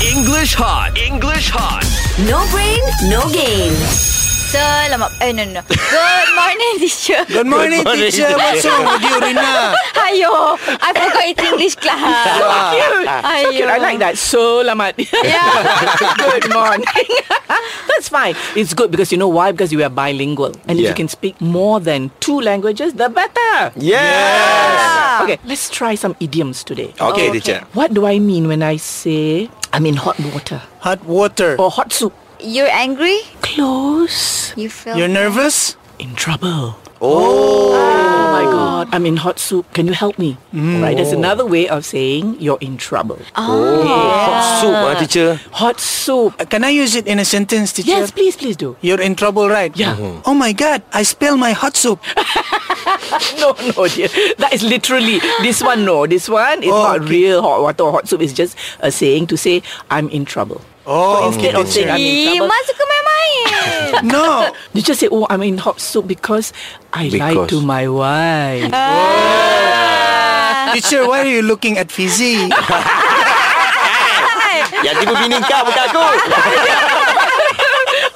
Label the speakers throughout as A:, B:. A: English hot. English hot.
B: No brain, no game. Salamat. Ay, Eh, no, no. Good morning, teacher.
C: Good morning,
A: Good morning,
C: teacher. What's
A: teacher.
C: wrong with you, Rina?
B: Ayo. I forgot it's English class.
D: Cute. Ah, So
B: Ayo.
D: cute. I like that. So lamat.
B: Yeah.
D: good morning. That's fine. It's good because you know why? Because you are bilingual. And if
C: Yeah.
D: you can speak more than two languages, the better.
C: Yes.
B: Ah.
D: Okay, let's try some idioms today.
C: Okay, teacher.
D: What do I mean when I say I'm in hot water
C: Hot water.
D: or hot soup?
B: You're angry?
D: Close.
B: You feel...
C: You're nervous?
D: In trouble. Oh. my God, I'm in hot soup. Can you help me? Right, that's another way of saying you're in trouble.
A: Hot soup, ah, teacher.
D: Hot soup.
C: Uh, Can I use it in a sentence, teacher?
D: Yes, please, please do.
C: You're in trouble, right?
D: Yeah. Mhm.
C: Oh my God! I spilled my hot soup.
D: No, no, dear. That is literally this one. No, this one is
C: Oh,
D: not
C: okay.
D: real hot water or hot soup. It's just a saying to say I'm in trouble.
C: Oh,
D: Instead of saying I'm in
B: Ih,
D: trouble,
B: masuk ke main-main.
C: no.
D: you just say, "Oh, I'm in hot soup because I lied
A: Because.
D: to my wife."
C: teacher, why are you looking at Fizzy?
A: Yang tipu bini kau bukan aku.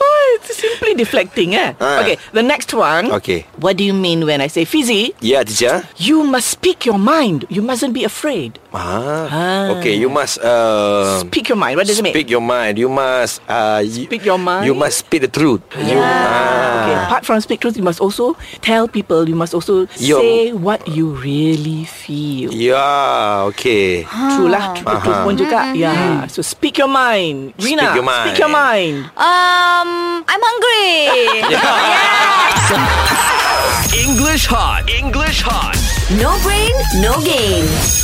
D: Oh, it's simply deflecting, eh?
A: Ah.
D: Okay, the next one.
A: Okay.
D: What do you mean when I say fizzy?
A: Yeah, Ya, teacher.
D: You must speak your mind. You mustn't be afraid.
A: Ah.
D: Ah.
A: Okay, you must uh,
D: Speak your mind. What does it mean?
A: speak your mind. You must uh, you,
D: Speak your mind.
A: You must speak the truth. You, ah.
D: Okay, apart from speak truth, you must also tell people. You must also
A: Yo.
D: say what you really feel.
A: Yeah, okay.
D: True lah, true, true pun juga. Yeah. So speak your mind,
A: Uh-huh. Mm-hmm. Speak
D: Rina.
A: your mind.
D: Speak your mind.
B: Um, I'm hungry.
A: English hot. English hot.
B: No brain, no game.